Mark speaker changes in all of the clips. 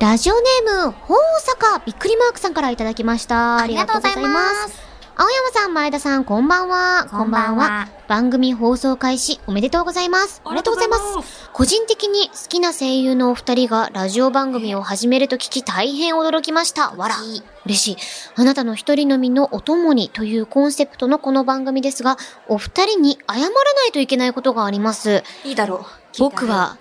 Speaker 1: ラジオネーム、ほうさか、びっくりマークさんからいただきました。
Speaker 2: ありがとうございます。
Speaker 1: 青山さん、前田さん、こんばんは。
Speaker 2: こんばん。は。
Speaker 1: 番組放送開始、おめでとうございます。おめでとうございます。
Speaker 2: す。
Speaker 1: 個人的に好きな声優のお二人がラジオ番組を始めると聞き大変驚きました。わら。嬉しい。あなたの一人のみのお供にというコンセプトのこの番組ですが、お二人に謝らないといけないことがあります。
Speaker 2: いいだろう。
Speaker 1: 僕は、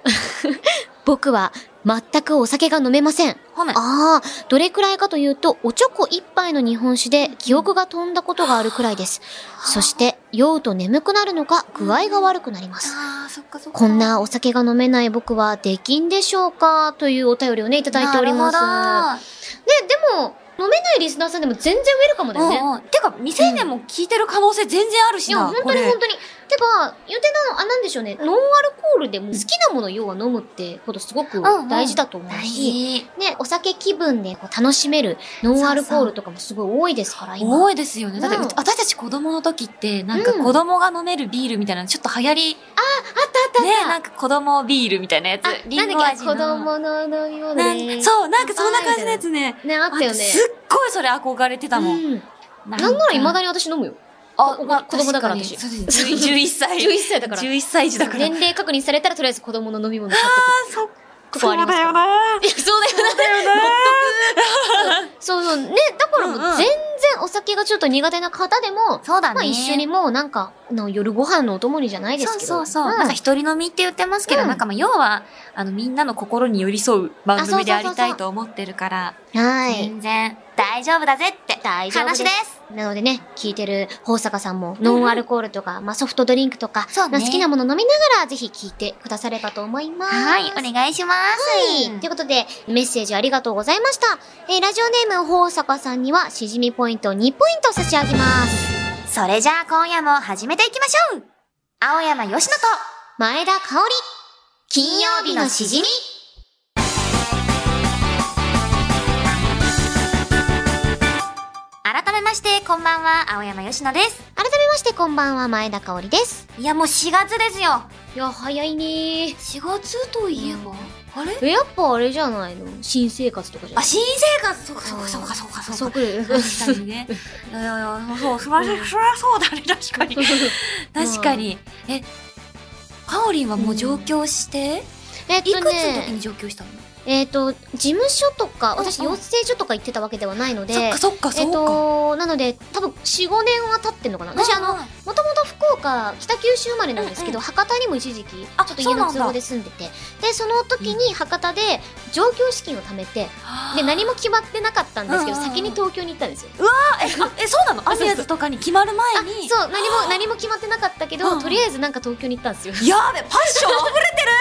Speaker 1: 僕は全くお酒が飲めません。
Speaker 2: ほ な。
Speaker 1: ああ、どれくらいかというと、おちょこ一杯の日本酒で記憶が飛んだことがあるくらいです。そして、酔うと眠くなるのか具合が悪くなります。
Speaker 2: あー、そっかそっか。
Speaker 1: こんなお酒が飲めない僕はできんでしょうかというお便りをね、いただいております。ね、
Speaker 2: なる
Speaker 1: でも、飲めないリスナーさんでも全然ウェルカムだ
Speaker 2: ほど
Speaker 1: よね。
Speaker 2: うんうん。てか、未成年も聞いてる可能性全然ある
Speaker 1: い
Speaker 2: し
Speaker 1: や、
Speaker 2: な。
Speaker 1: 本当に
Speaker 2: これ
Speaker 1: 本当に。てか、言うてなの、あ、なんでしょうね、ノンアルコールでも好きなものを要は飲むってことすごく
Speaker 2: うんうん
Speaker 1: 大事だと思う
Speaker 2: 大
Speaker 1: し、
Speaker 2: 事。
Speaker 1: ね、お酒気分でこう楽しめるノンアルコールとかもすごい多いですから、今。
Speaker 2: 多いですよね。だって、
Speaker 1: うん
Speaker 2: 私たち子供の時って、なんか
Speaker 1: うん
Speaker 2: 子供が飲めるビールみたいなのちょっと流行り、
Speaker 1: あったあ
Speaker 2: ね、
Speaker 1: ったあ
Speaker 2: な
Speaker 1: っ
Speaker 2: んか子供ビールみたいなやつ
Speaker 1: た。あ、。
Speaker 2: リ
Speaker 1: な
Speaker 2: ン
Speaker 1: ん
Speaker 2: ゴ
Speaker 1: だっ
Speaker 2: 味
Speaker 1: け、
Speaker 2: の
Speaker 1: 子供の飲み物
Speaker 2: な
Speaker 1: ね
Speaker 2: ん。そう、なんかそんな感じのやつね。
Speaker 1: ね、あったよね。
Speaker 2: すっごいそれ憧れてたもん。
Speaker 1: うん
Speaker 2: な
Speaker 1: なんなら未
Speaker 2: だ
Speaker 1: だに私飲むよ。
Speaker 2: あ
Speaker 1: お、
Speaker 2: まあ、
Speaker 1: 子供だから
Speaker 2: 確に
Speaker 1: 私
Speaker 2: そうです11歳。
Speaker 1: 11歳だから。
Speaker 2: 11歳児だから。
Speaker 1: 年齢確認されたらとりあえず子供の飲み物買って
Speaker 2: そ
Speaker 1: くるとこありますから
Speaker 2: な。
Speaker 1: い やそうだよな
Speaker 2: だよ
Speaker 1: そうそうねだからもう
Speaker 2: うんうん
Speaker 1: 全然お酒がちょっと苦手な方でも、
Speaker 2: そうだね。
Speaker 1: まあ一緒にもうなんかの夜ご飯のお供にじゃないです
Speaker 2: そう
Speaker 1: けど
Speaker 2: そうそう。
Speaker 1: ん
Speaker 2: なんか一人飲みって言ってますけど、
Speaker 1: うん
Speaker 2: なんかまあ要は、あのみんなの心に寄り添う番組でありたいと思ってるから、
Speaker 1: はい
Speaker 2: 全然大丈夫だぜって
Speaker 1: 大丈夫で
Speaker 2: 話
Speaker 1: す
Speaker 2: です。
Speaker 1: なのでね聞いてる宝坂さんもノンアルコールとか、まあ、ソフトドリンクとか、
Speaker 2: そう
Speaker 1: ま
Speaker 2: ね
Speaker 1: あ好きなもの飲みながらぜひ聞いてくださればと思います
Speaker 2: はい、お願いしま
Speaker 1: はい。とい
Speaker 2: す。
Speaker 1: うことで、メッセージありがとうございました。えーラジオネーム、宝坂さんには、しじみポイント2ポイント差し上げます。
Speaker 2: それじゃあ今夜も始めていきましょう青山よしのと、
Speaker 1: 前田香織、金曜日のしじみ。
Speaker 2: 改めまして、こんばんは、青山よしのです。
Speaker 1: 改めまして、こんばんは、前田香織です。
Speaker 2: いや、もう4月ですよ。
Speaker 1: いや、早いねー。
Speaker 2: 4月といえば、あれ
Speaker 1: え、やっぱあれじゃないの新生活とかじゃな
Speaker 2: あ、
Speaker 1: い
Speaker 2: 新生活そうかそうかそうかそうかそう
Speaker 1: そう
Speaker 2: か。
Speaker 1: くる。
Speaker 2: 確かにね。いやいや、そう、そら、そらそらそうだね、確かに。 確かに。え、かおりんはもう上京して、
Speaker 1: えっ
Speaker 2: いく
Speaker 1: と
Speaker 2: つの時
Speaker 1: ね、
Speaker 2: に上京したの
Speaker 1: えっと、事務所とか、私、
Speaker 2: うんうん
Speaker 1: 養成所とか行ってたわけではないの
Speaker 2: そっ
Speaker 1: で
Speaker 2: か、そっか
Speaker 1: えっ
Speaker 2: そうか。
Speaker 1: と、なので、多分、4、5年は経ってんのかな。私、あの、
Speaker 2: うんうん、
Speaker 1: もともと福岡北九州生まれなんですけど、
Speaker 2: うんうん
Speaker 1: 博多にも一時期ちょ
Speaker 2: あ
Speaker 1: っと家の都
Speaker 2: そうなん
Speaker 1: 合
Speaker 2: だ
Speaker 1: で住んでてでその時に博多で上京資金を貯めてで何も決まってなかったんですけど、
Speaker 2: うんうんうん
Speaker 1: 先に東京に行ったんですよ。
Speaker 2: あ、え、あえそうなのアミアズとかに決まる
Speaker 1: あ
Speaker 2: 前に。
Speaker 1: そう何も何も決まってなかったけど、
Speaker 2: うんうん
Speaker 1: とりあえずなんか東京に行ったんですよ。
Speaker 2: やべ、パッション溢れてる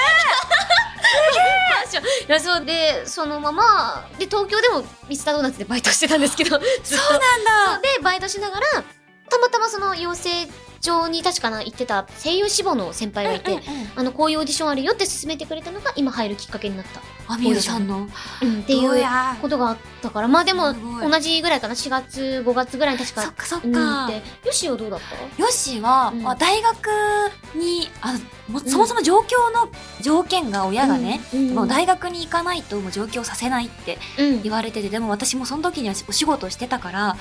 Speaker 1: いやそうでそのままで東京でもミスタードーナツでバイトしてたんですけどずっと
Speaker 2: な
Speaker 1: そう。でバイトしながらたまたまその養成所に確かな行ってた声優志望の先輩がいて、
Speaker 2: うんうんうん
Speaker 1: あのこういうオーディションあるよって勧めてくれたのが今入るきっかけになった。
Speaker 2: アミアさんの。
Speaker 1: うんってい
Speaker 2: ど
Speaker 1: う
Speaker 2: や
Speaker 1: ことがあったからまあでも
Speaker 2: すごい
Speaker 1: 同じぐらいかな4月5月ぐらいに確
Speaker 2: そ
Speaker 1: か
Speaker 2: っかそっ
Speaker 1: うん行っ
Speaker 2: か。
Speaker 1: てよしはどうだった
Speaker 2: ヨッシーは、
Speaker 1: うん
Speaker 2: まあ、大学にあのもう
Speaker 1: うん
Speaker 2: そもそも上京の条件が親がね、、
Speaker 1: ん
Speaker 2: もう大学に行かないともう上京させないって
Speaker 1: うん
Speaker 2: 言われててでも私もその時にはお仕事をしてたから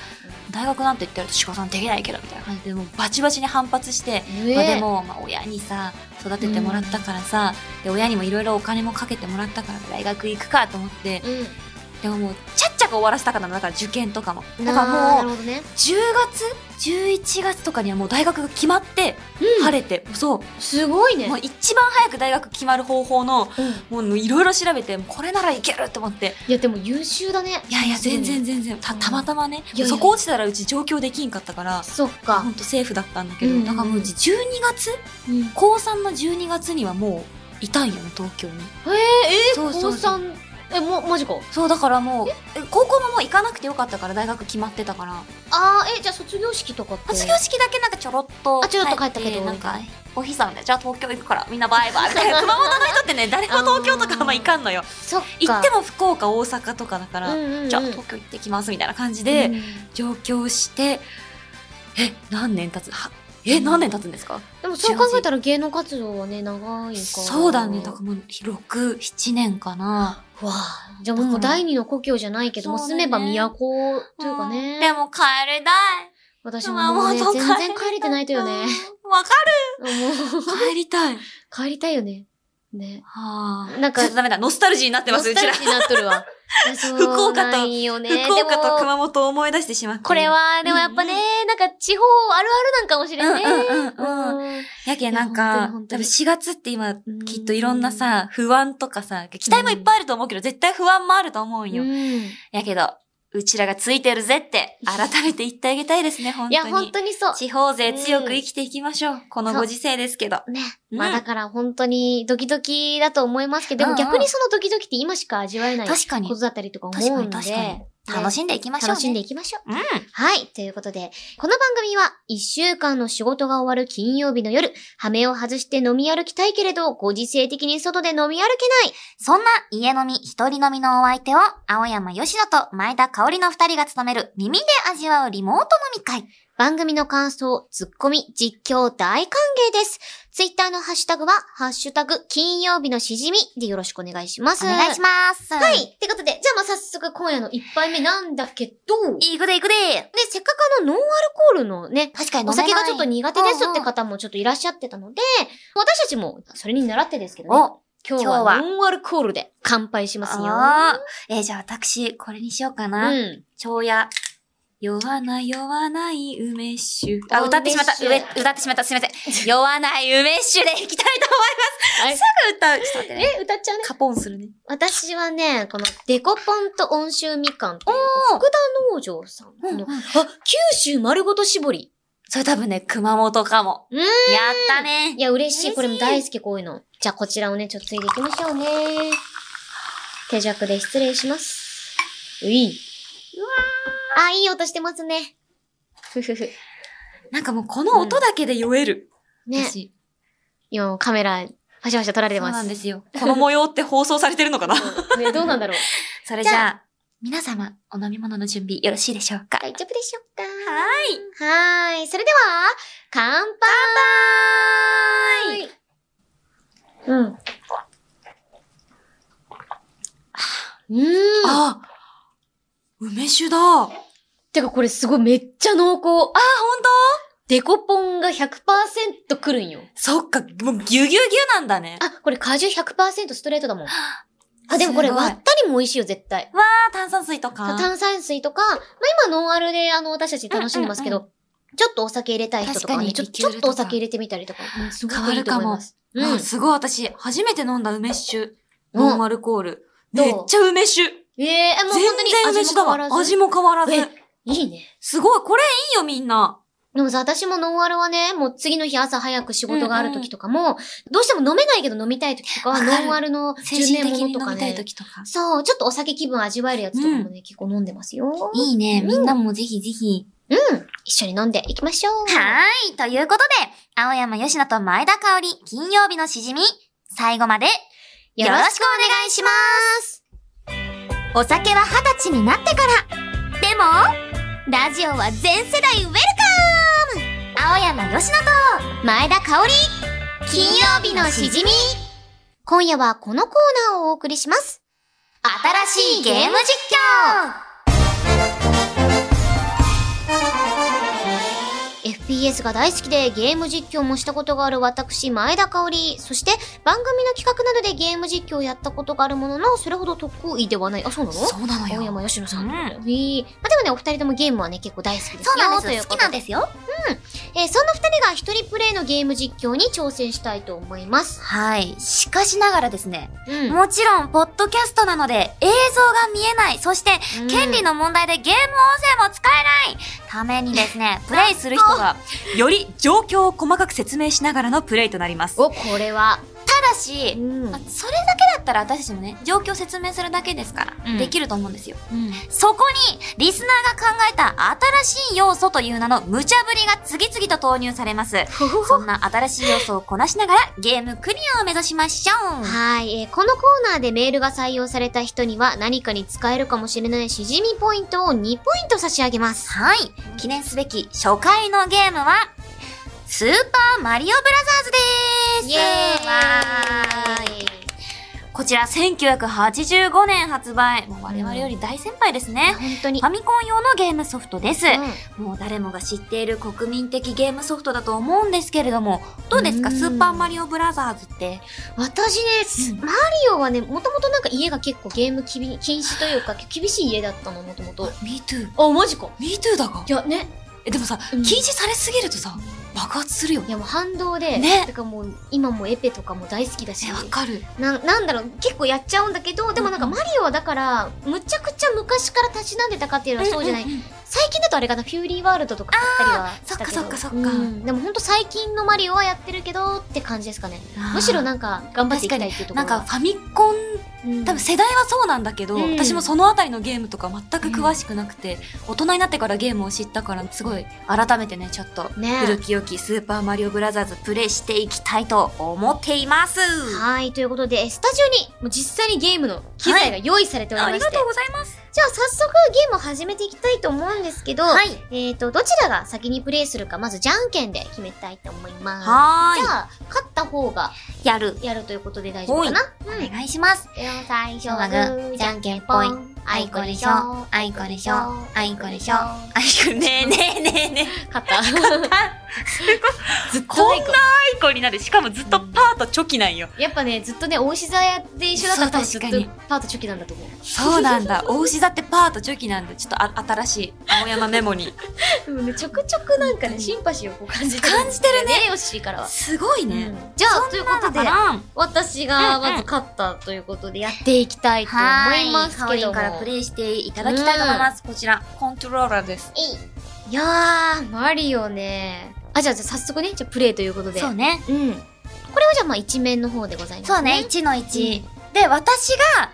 Speaker 2: 大学なんて言ってると仕事なんてできないけどみたいな感じでもうバチバチに反発して、
Speaker 1: ね
Speaker 2: まあ、でも、まあ、親にさ育ててもらったからさ、で親にもいろいろお金もかけてもらったから大学行くかと思って
Speaker 1: うん
Speaker 2: でももうちゃっちゃか終わらせたかったのだから受験とかもだか
Speaker 1: なな
Speaker 2: ら
Speaker 1: る
Speaker 2: もう
Speaker 1: ほどね
Speaker 2: 10月11月とかにはもう大学が決まって
Speaker 1: うん
Speaker 2: 晴れて、そ、
Speaker 1: すごいうね
Speaker 2: もう一番早く大学決まる方法の
Speaker 1: うん
Speaker 2: もういろいろ調べてもうこれならいけると思って
Speaker 1: いやでも優秀だね
Speaker 2: いやいや全然全然たたまたまね
Speaker 1: いやいや
Speaker 2: そこ落ちたらうち上京できんかったから
Speaker 1: そっ
Speaker 2: ほ
Speaker 1: か
Speaker 2: んとセーフだったんだけど、
Speaker 1: うん
Speaker 2: なんかもううち12月
Speaker 1: うんへ
Speaker 2: 高3の12月にはもういたんよね東京に
Speaker 1: ええ
Speaker 2: そうそう
Speaker 1: 高三えもマジか
Speaker 2: そうだからもうえ高校ももう行かなくてよかったから大学決まってたから
Speaker 1: あーえじゃあ卒業式とかって
Speaker 2: 卒業式だけなんかちょろっと
Speaker 1: あちょろっと帰ったけど
Speaker 2: なんかお日さんでじゃあ東京行くからみんなバイバイみたいな熊本の人ってね誰も東京とかあんま行かんのよ
Speaker 1: そっか
Speaker 2: 行っても福岡大阪とかだから、
Speaker 1: うんうんうん
Speaker 2: じゃあ東京行ってきますみたいな感じで、
Speaker 1: うん
Speaker 2: 上京してえ何年経つはえ、何年経つんですか
Speaker 1: でもそう考えたら芸能活動はね、長いから。
Speaker 2: そうだね。だからもう、6、7年かな。
Speaker 1: わあ。じゃあも
Speaker 2: だか
Speaker 1: う
Speaker 2: ら
Speaker 1: 第二の故郷じゃないけど、もう
Speaker 2: そう
Speaker 1: 住
Speaker 2: だね
Speaker 1: めば都というかね。
Speaker 2: でも帰れない。
Speaker 1: 私ももうね、
Speaker 2: 熊
Speaker 1: 全
Speaker 2: 本
Speaker 1: 然帰れてないとよね。。
Speaker 2: わか
Speaker 1: もう、
Speaker 2: る。帰りたい。
Speaker 1: 帰りたいよね。ね。
Speaker 2: はあ。
Speaker 1: なんか
Speaker 2: ちょっとダメだ。ノスタルジーになってます、うちら。
Speaker 1: ノスタルジーになっとる わ。いやそう
Speaker 2: 福岡と
Speaker 1: ないよね。
Speaker 2: 福岡と
Speaker 1: でも
Speaker 2: 熊本を思い出してしまって。
Speaker 1: これは、でもやっぱね、
Speaker 2: うん
Speaker 1: なんか地方あるあるなんかもし
Speaker 2: うん
Speaker 1: れん
Speaker 2: う
Speaker 1: ね。
Speaker 2: んうんう
Speaker 1: う
Speaker 2: ん。
Speaker 1: ん
Speaker 2: やけ
Speaker 1: いや
Speaker 2: んなんか
Speaker 1: 本、当
Speaker 2: 多
Speaker 1: に
Speaker 2: 分4月って今、
Speaker 1: ん
Speaker 2: きっといろんなさ、不安とかさ、期待もいっぱいあると思うけど、絶対不安もあると思うんよ。
Speaker 1: うん
Speaker 2: やけど、うちらがついてるぜって、改めて言ってあげたいですね、本
Speaker 1: い
Speaker 2: 当
Speaker 1: や、
Speaker 2: に。
Speaker 1: 本当にそう。
Speaker 2: 地方勢強く生きていきましょう。このご時世ですけど。
Speaker 1: ね。
Speaker 2: うん
Speaker 1: まあだから本当にドキドキだと思いますけど、で
Speaker 2: う
Speaker 1: も
Speaker 2: んうん
Speaker 1: 逆にそのドキドキって今しか味わえないこ
Speaker 2: 確かに
Speaker 1: と。だったりとか
Speaker 2: 確
Speaker 1: 思
Speaker 2: か
Speaker 1: うの
Speaker 2: に
Speaker 1: で、
Speaker 2: 確かに。楽
Speaker 1: 楽し
Speaker 2: しんでいきましょう、ね。
Speaker 1: 楽しんで
Speaker 2: いき
Speaker 1: いきましょう。
Speaker 2: うん。
Speaker 1: はい。ということで、この番組は一週間の仕事が終わる金曜日の夜、羽目を外して飲み歩きたいけれど、ご時世的に外で飲み歩けない。
Speaker 2: そんな家飲み、一人飲みのお相手を、青山吉野と前田香織の二人が務める耳で味わうリモート飲み会。
Speaker 1: 番組の感想、ツッコミ、実況大歓迎です。ツイッターのハッシュタグは、ハッシュタグ、金曜日のしじみでよろしくお願いします。
Speaker 2: お願いします。は
Speaker 1: は。い。ってことで、じゃあまあ早速今夜の一杯目なんだけど、で、
Speaker 2: いくでいくで
Speaker 1: せっかくあの、ノンアルコールのね、
Speaker 2: 確かに
Speaker 1: お
Speaker 2: 飲めない
Speaker 1: 酒がちょっと苦手ですって方もちょっといらっしゃってたので、私たちもそれに習ってですけどね、
Speaker 2: お、
Speaker 1: 今日
Speaker 2: 今日は
Speaker 1: はノンアルコールで乾杯しますよ。
Speaker 2: あーえーじゃあ私、これにしようか
Speaker 1: う
Speaker 2: な。
Speaker 1: ん。
Speaker 2: 蝶や。酔わない酔わない梅酒。あ、
Speaker 1: あ
Speaker 2: 歌ってしまった。
Speaker 1: 梅
Speaker 2: 上
Speaker 1: 酒
Speaker 2: 歌ってしまった。すいませ ん。酔わない梅酒でいきたいと思います。歌う。ちょっと待ってね。
Speaker 1: え、歌っちゃうね。
Speaker 2: カポンするね。
Speaker 1: 私はね、このデコポンと温州みかんっていう
Speaker 2: おー
Speaker 1: 福田農場さんの、あ、九州丸ごと絞り。
Speaker 2: それ多分ね、熊本かも。
Speaker 1: うん
Speaker 2: やったね
Speaker 1: い。や、嬉しい。
Speaker 2: 嬉しい
Speaker 1: これも大好き、こういうの。じゃあ、こちらをね、ちょっとついでいきましょうね。手弱で失礼します。うい。うわあ、いい音してますね。ふふふ。
Speaker 2: なんかもうこの音だけで酔える。
Speaker 1: ね。
Speaker 2: 私
Speaker 1: 今、カメラ、パシャパシャ撮られて
Speaker 2: そう
Speaker 1: ます。
Speaker 2: なんですよ。この模様って放送されてるのかな
Speaker 1: うんね、どうなんだろう。
Speaker 2: それじゃあ、皆様、お飲み物の準備よろしいでしょうか
Speaker 1: 大丈夫でしょうか
Speaker 2: ーい。
Speaker 1: はーい。それでは、乾杯うん。うーん。
Speaker 2: あ梅酒だ。あ、本
Speaker 1: てかこれすごいめっちゃ濃厚。あ、
Speaker 2: 当
Speaker 1: デコポンが100%くるんよ。
Speaker 2: そっか、もうギュギュギュなんだね。
Speaker 1: あ、これ果汁100%ストレートだ もん。あ、でもこれ
Speaker 2: すごい
Speaker 1: 割ったりも美味しいよ、絶対。
Speaker 2: あ、炭酸水とか。
Speaker 1: 炭酸水とか、まあ、今ノンアルであの、私たち楽しんでますけど、
Speaker 2: う
Speaker 1: ちょっとお酒入れたい人とか
Speaker 2: 確か
Speaker 1: ね、
Speaker 2: に
Speaker 1: ちょ
Speaker 2: リキ
Speaker 1: ち
Speaker 2: ュー
Speaker 1: ょっ
Speaker 2: ル
Speaker 1: と
Speaker 2: と
Speaker 1: お
Speaker 2: か
Speaker 1: 酒入れてみたりとか、うんすごくいいと思
Speaker 2: 変わる
Speaker 1: い
Speaker 2: かも
Speaker 1: ます。う
Speaker 2: うんん、。すごい、私、初めて飲んだ梅酒。
Speaker 1: うん
Speaker 2: ノンアルコール。
Speaker 1: どう
Speaker 2: めっちゃ梅酒。全
Speaker 1: ええもう本当に
Speaker 2: 然梅
Speaker 1: 味も
Speaker 2: 酒だ
Speaker 1: 変わら
Speaker 2: わ。
Speaker 1: ず。
Speaker 2: 味も変わらず。
Speaker 1: えいいね。
Speaker 2: すごい、これいいよ、みんな。
Speaker 1: でもさ、私もノンアルはね、もう次の日朝早く仕事がある時とかも、どうしても飲めないけど飲みたい時とかは、
Speaker 2: わかる
Speaker 1: ノンアルの10
Speaker 2: 精神
Speaker 1: 年
Speaker 2: 的
Speaker 1: も
Speaker 2: に
Speaker 1: のと
Speaker 2: 飲
Speaker 1: か
Speaker 2: みたい
Speaker 1: ね。
Speaker 2: 時とか。
Speaker 1: そう、ちょっとお酒気分味わえるやつとかもね、結構飲んでますよ。
Speaker 2: いいね。みんなもぜひぜひ。
Speaker 1: うん。一緒に飲んでいきましょう。
Speaker 2: はい。ということで、青山吉野と前田香織、金曜日のしじみ、最後まで
Speaker 1: よろしく
Speaker 2: くお願いします。お酒は二十歳になってから。でも、ラジオは全世代ウェルカム青山吉野と、
Speaker 1: 前田香織
Speaker 2: 金曜日のしじ
Speaker 1: み今夜はこのコーナーをお送りします。
Speaker 2: 新しいゲーム実況
Speaker 1: FPS が大好きでゲーム実況もしたことがある私、前田香織。そして番組の企画などでゲーム実況をやったことがあるものの、それほど得意ではない。あ、そうなの
Speaker 2: うなの
Speaker 1: 大山吉野さん。
Speaker 2: う
Speaker 1: へえ
Speaker 2: ん
Speaker 1: まあ、でもね、お二人ともゲームはね、結構大好きですよ。
Speaker 2: そうなん
Speaker 1: とい
Speaker 2: です。
Speaker 1: うこ
Speaker 2: 好
Speaker 1: と
Speaker 2: きなんですよ。
Speaker 1: えーそんな二人が一人プレイのゲーム実況に挑戦したいと思います。
Speaker 2: はい。しかしながらですね、
Speaker 1: うん
Speaker 2: もちろん、ポッドキャストなので、映像が見えない、そして、権利の問題でゲーム音声も使えないためにですね、プレイする人 が、より状況を細かく説明しながらのプレイとなります。た
Speaker 1: お、これは。
Speaker 2: だ
Speaker 1: う
Speaker 2: し、
Speaker 1: ん
Speaker 2: まあそれだけだったら私たちもね、状況を説明するだけですから、
Speaker 1: うん
Speaker 2: できると思うんですよ。
Speaker 1: うん
Speaker 2: そこに、リスナーが考えた新しい要素という名の無茶ぶりが次々と投入されます。そんな新しい要素をこなしながら、ゲームクリアを目指しましょ う。
Speaker 1: はい、えーこのコーナーでメールが採用された人には何かに使えるかもしれないしじみポイントを2ポイント差し上げます。
Speaker 2: はい。記念すべき初回のゲームは、スーパーマリオブラザーズですわーい
Speaker 1: イ
Speaker 2: こちら1985年発売。もう我々より大先輩ですね。
Speaker 1: 本当に
Speaker 2: フ。ァミコン用のゲームソフトです。
Speaker 1: う
Speaker 2: もう誰もが知っている国民的ゲームソフトだと思うんですけれども、どうですか
Speaker 1: うん
Speaker 2: スーパーマリオブラザーズって。
Speaker 1: ん私ね、すマリオはね、もともとなんか家が結構ゲームきび禁止というか、厳しい家だったの、もともと。
Speaker 2: Me too。
Speaker 1: あ、マジか。
Speaker 2: Me too だが
Speaker 1: い。や、ね。
Speaker 2: え、でもさ、
Speaker 1: うん
Speaker 2: 禁止されすぎるとさ、爆発するよ
Speaker 1: い
Speaker 2: ね。
Speaker 1: や、もう反動で、
Speaker 2: ね
Speaker 1: だからもう、今もエペとかも大好きだし
Speaker 2: え、。わかる。
Speaker 1: ななんだろう結構やっちゃうんだけどでもなんか
Speaker 2: うんう
Speaker 1: マリオはだからむちゃくちゃ昔からたしなんでたかっていうのはそうじゃない、
Speaker 2: んんん
Speaker 1: 最近だとあれかなフューリーワールドとか買ったりはしたけど
Speaker 2: そっかそっかそっか
Speaker 1: うんでもほんと最近のマリオはやってるけどって感じですかねむしろなんか頑張っていきたいっていうとこ
Speaker 2: な
Speaker 1: ろ
Speaker 2: んかファミコン、
Speaker 1: うん
Speaker 2: 多分世代はそうなんだけど、
Speaker 1: うん
Speaker 2: 私もそのあたりのゲームとか全く詳しくなくて、大人になってからゲームを知ったから、すごい改めてね、ちょっと、
Speaker 1: ね
Speaker 2: 古き良きスーパーマリオブラザーズプレイしていきたいと思っています。
Speaker 1: はいということでスタジオにもう実際にゲームの機材が用意されておりま
Speaker 2: あ
Speaker 1: して、
Speaker 2: りがとうございます。
Speaker 1: じゃあ早速ゲームを始めていきたいと思うんですけど、
Speaker 2: はい
Speaker 1: えっ、とどちらが先にプレイするかまずじゃんけんで決めたいと思います
Speaker 2: は
Speaker 1: じゃあ勝った方が
Speaker 2: ーい。やる。
Speaker 1: やるということで大丈夫かな
Speaker 2: お
Speaker 1: うん。で
Speaker 2: 願いします。
Speaker 1: は最初
Speaker 2: は
Speaker 1: は
Speaker 2: グ
Speaker 1: グ
Speaker 2: ー
Speaker 1: ー、
Speaker 2: じ
Speaker 1: じ
Speaker 2: ゃ
Speaker 1: ゃ
Speaker 2: ん
Speaker 1: ん
Speaker 2: け
Speaker 1: け
Speaker 2: ん
Speaker 1: ん
Speaker 2: ぽ
Speaker 1: ぽ
Speaker 2: い
Speaker 1: い。
Speaker 2: あ
Speaker 1: あ
Speaker 2: い
Speaker 1: い
Speaker 2: こ
Speaker 1: こ
Speaker 2: で
Speaker 1: で
Speaker 2: し
Speaker 1: し
Speaker 2: ょ
Speaker 1: ょ。
Speaker 2: あ
Speaker 1: あ
Speaker 2: い
Speaker 1: い
Speaker 2: こ
Speaker 1: こ
Speaker 2: で
Speaker 1: で
Speaker 2: し
Speaker 1: し
Speaker 2: ょ
Speaker 1: ょ。
Speaker 2: あ
Speaker 1: あ
Speaker 2: い
Speaker 1: い
Speaker 2: こ
Speaker 1: こ
Speaker 2: で
Speaker 1: で
Speaker 2: し
Speaker 1: し
Speaker 2: ょ
Speaker 1: ょ。
Speaker 2: あいこ、ねえねえねえね
Speaker 1: 勝った。
Speaker 2: え。ずっ
Speaker 1: とあいこ
Speaker 2: こんなあいこになる。しかもずっとパーとチョキなんよ。
Speaker 1: やっぱね、ずっとね、大石座で一緒だったから、ず
Speaker 2: そう
Speaker 1: っ
Speaker 2: 確
Speaker 1: と
Speaker 2: かに
Speaker 1: パートチョキなんだと思
Speaker 2: そうなんだ。お牛座ってパーとチョキなんで、ちょっとあ新しい青山メモに。
Speaker 1: う。うんね、ちょくちょくなんか
Speaker 2: 本当
Speaker 1: ね、
Speaker 2: に
Speaker 1: シンパシーをこう感じて
Speaker 2: 感じてるね。
Speaker 1: ね、ヨッシーからは。
Speaker 2: すごい
Speaker 1: うん
Speaker 2: ね。
Speaker 1: じゃあ、ということで
Speaker 2: な、のかな
Speaker 1: 私
Speaker 2: う
Speaker 1: が
Speaker 2: んうん
Speaker 1: まず勝ったということで、やっていきたいと思います
Speaker 2: はー
Speaker 1: け
Speaker 2: いカオリ
Speaker 1: ど
Speaker 2: ン
Speaker 1: も。
Speaker 2: からプレイしていただきたいと思います。こちら、コントローラーです。
Speaker 1: えいいやー、マリオね。あ、じゃあ、じゃあ早速ね、じゃあプレイということで。
Speaker 2: そうね。
Speaker 1: うん。これはじゃあまあ一面の方でございますね。
Speaker 2: そうね、1の1。で、私が、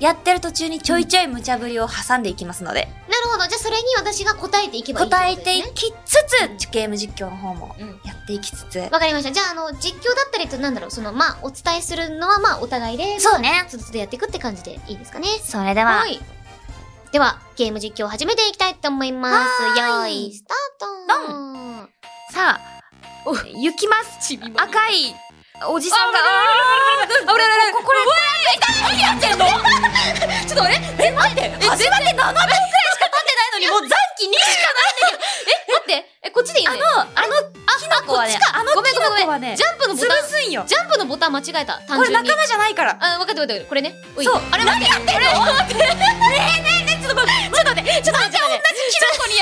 Speaker 2: やってる途中にちょいちょい無茶ぶりを挟んでいきますので、
Speaker 1: なるほど。じゃあそれに私が答えていけばいい
Speaker 2: 答えていきつ
Speaker 1: うん
Speaker 2: つ、ゲーム実況の方も
Speaker 1: うん。
Speaker 2: やっていきつつ。
Speaker 1: わかりました。じゃあ、あの、実況だったりと、なんだろう、その、まあ、お伝えするのは、まあ、お互いで、
Speaker 2: そうね。
Speaker 1: ちょっとやっていくって感じでいいですかね。
Speaker 2: それでは
Speaker 1: は、い。では、ゲーム実況を始めていきたいと思います。
Speaker 2: は
Speaker 1: よ
Speaker 2: ーい
Speaker 1: い、スタートン
Speaker 2: さあ、行きます。
Speaker 1: ちびま。
Speaker 2: 赤いおじさんが、あれあれここれ、痛い何やってんのちょっとあれえ、待って、始まって7秒くらいしか経ってないのに、もう残機2しか
Speaker 1: 待って、え、こっちでいいよね
Speaker 2: あの、あの、キノコはね
Speaker 1: こっち、か
Speaker 2: あの
Speaker 1: ごめん
Speaker 2: キ
Speaker 1: ごめんごめん
Speaker 2: ノコはね、
Speaker 1: ジャンプのボ
Speaker 2: 潰
Speaker 1: タン、
Speaker 2: すんよ。
Speaker 1: ジャンプのボタン間違えた。単
Speaker 2: これ
Speaker 1: 純
Speaker 2: 仲
Speaker 1: に。
Speaker 2: 間じゃないから。
Speaker 1: あ、わかったわかった。これね。おい
Speaker 2: そう
Speaker 1: あれ待って。やってんの
Speaker 2: ちょっと待って、ちょっと待って、ちょっと待って、同じキノコにやられて、無茶ぶり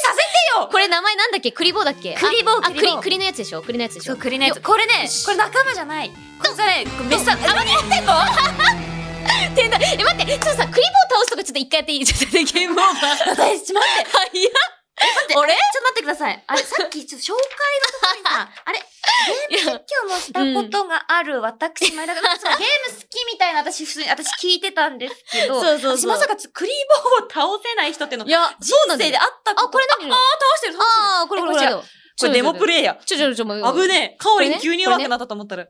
Speaker 2: させてよ
Speaker 1: これ名前なんだっけクリボーだっけ
Speaker 2: クリボー
Speaker 1: あ
Speaker 2: クリボ
Speaker 1: あ
Speaker 2: ー
Speaker 1: 栗栗のやつでしょ栗のやつでしょ
Speaker 2: そう、クリネート。これね
Speaker 1: よ、し
Speaker 2: これ仲間じゃない。これね、これメスさん、あ、何やってんの
Speaker 1: 天才え、待って、ちょっとさ、クリボー倒すとかちょっと一回やっていいちょっとね、ゲームオーバー。はい
Speaker 2: 私、ち ょっと待って、
Speaker 1: や。
Speaker 2: 俺ちょっと待ってください。あれ、さっき、ちょっと紹介 の時にさ、あれ、今日もしたことがある私、前田が、そのゲーム好きみたいな私、普通に、私聞いてたんですけど、
Speaker 1: そうそう
Speaker 2: 私
Speaker 1: そう
Speaker 2: まさかちょっとクリボーを倒せない人っていうの
Speaker 1: い、や、
Speaker 2: 人生であったこと
Speaker 1: あ、これ何
Speaker 2: ああ、倒してる、倒してる。
Speaker 1: ああー、これこれこれ。
Speaker 2: これデモプレイや。
Speaker 1: ちょちょちょ、も
Speaker 2: 危ねえ。カオリ
Speaker 1: これ
Speaker 2: ン
Speaker 1: ね
Speaker 2: 急に弱くなったと思ったら。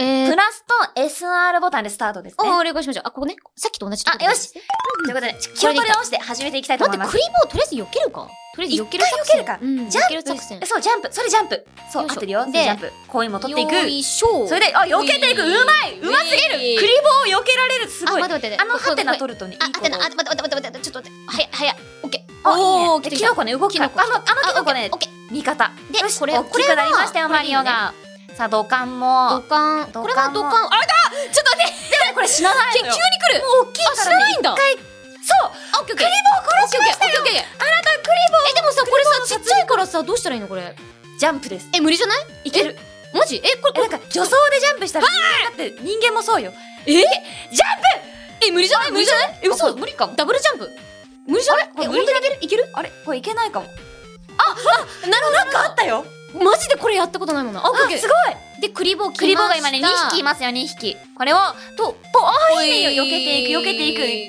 Speaker 1: えー
Speaker 2: プ、ラスと SR ボタンでスタートです
Speaker 1: お
Speaker 2: ね。
Speaker 1: お願いしましょう。あ、ここね。さっきと同じとこ
Speaker 2: あ、よし。ということで、気を取り直して始めていきたいと
Speaker 1: 待
Speaker 2: 思
Speaker 1: っ
Speaker 2: い
Speaker 1: て、
Speaker 2: ます。
Speaker 1: クリボーとりあえず避けるか。とりあえず避ける作戦。
Speaker 2: 一回避け
Speaker 1: るか。うん、
Speaker 2: ジャン
Speaker 1: 避ける作戦
Speaker 2: プ。そう、ジャンプ。それジャンプ。そう、
Speaker 1: よいしょ
Speaker 2: 合ってるよ。
Speaker 1: で
Speaker 2: で、ジャンプ。コインも取っていく。
Speaker 1: よいしょ。
Speaker 2: それで、あ、避けていく。う
Speaker 1: うい
Speaker 2: まいうま
Speaker 1: すぎる
Speaker 2: いクリボーを避けられる。す
Speaker 1: あ、
Speaker 2: ごい。
Speaker 1: 待
Speaker 2: あ
Speaker 1: って待って待って。
Speaker 2: の、ハテナ
Speaker 1: る。
Speaker 2: 取るとね、いい
Speaker 1: あ、
Speaker 2: こ
Speaker 1: ハ
Speaker 2: と
Speaker 1: テナ、あ、待って待って待って待って。ちょっと待って。早い、早い。オッケー。
Speaker 2: あ、いい
Speaker 1: ー
Speaker 2: ね。キノコね、動きが。あ
Speaker 1: キ
Speaker 2: の、
Speaker 1: ノ
Speaker 2: あのキノコね
Speaker 1: オ、ッケー。
Speaker 2: 味方。
Speaker 1: で
Speaker 2: よし、
Speaker 1: これ
Speaker 2: 大きくなりましたよ、
Speaker 1: これは
Speaker 2: マリオが。さあ、土管
Speaker 1: ド。
Speaker 2: も
Speaker 1: カン。
Speaker 2: 土管
Speaker 1: こ
Speaker 2: も
Speaker 1: れはドカン。あれだちょっと待って。
Speaker 2: これ死なない
Speaker 1: 急
Speaker 2: の
Speaker 1: に
Speaker 2: よ
Speaker 1: 来。る。もう大きい
Speaker 2: からね
Speaker 1: あ、知らないんだ。
Speaker 2: そう
Speaker 1: あ、オッケーオッケー。クリボー殺しましたよ。オッケーオッケー。あなたクリボー。え、でもさ、これさ、ちっちゃいからさ、どうしたらいいのこれ。
Speaker 2: ジャンプです。
Speaker 1: え、無理じゃない
Speaker 2: いける。
Speaker 1: マジえ、これ、
Speaker 2: え、
Speaker 1: こ
Speaker 2: なん
Speaker 1: れ
Speaker 2: か、女装でジャンプしたら人間だって、人間もそうよ。
Speaker 1: えジャンプえ、無理じゃない無理じゃないえ、嘘無理か。ダブルジャンプ。無理じゃない
Speaker 2: これ
Speaker 1: え、
Speaker 2: 無
Speaker 1: 本
Speaker 2: 理
Speaker 1: 当にいけるいける
Speaker 2: あれこれいけないかも。
Speaker 1: なるほど。
Speaker 2: なんかあったよ
Speaker 1: マジでこれやったことないもんな。あ、オッケーオッケ
Speaker 2: すごい
Speaker 1: ー。で、クリボー来ました
Speaker 2: クリボーが今ね、2匹いますよ、2匹。これを、と、ぽ、あ、いいねよ、避けていく、避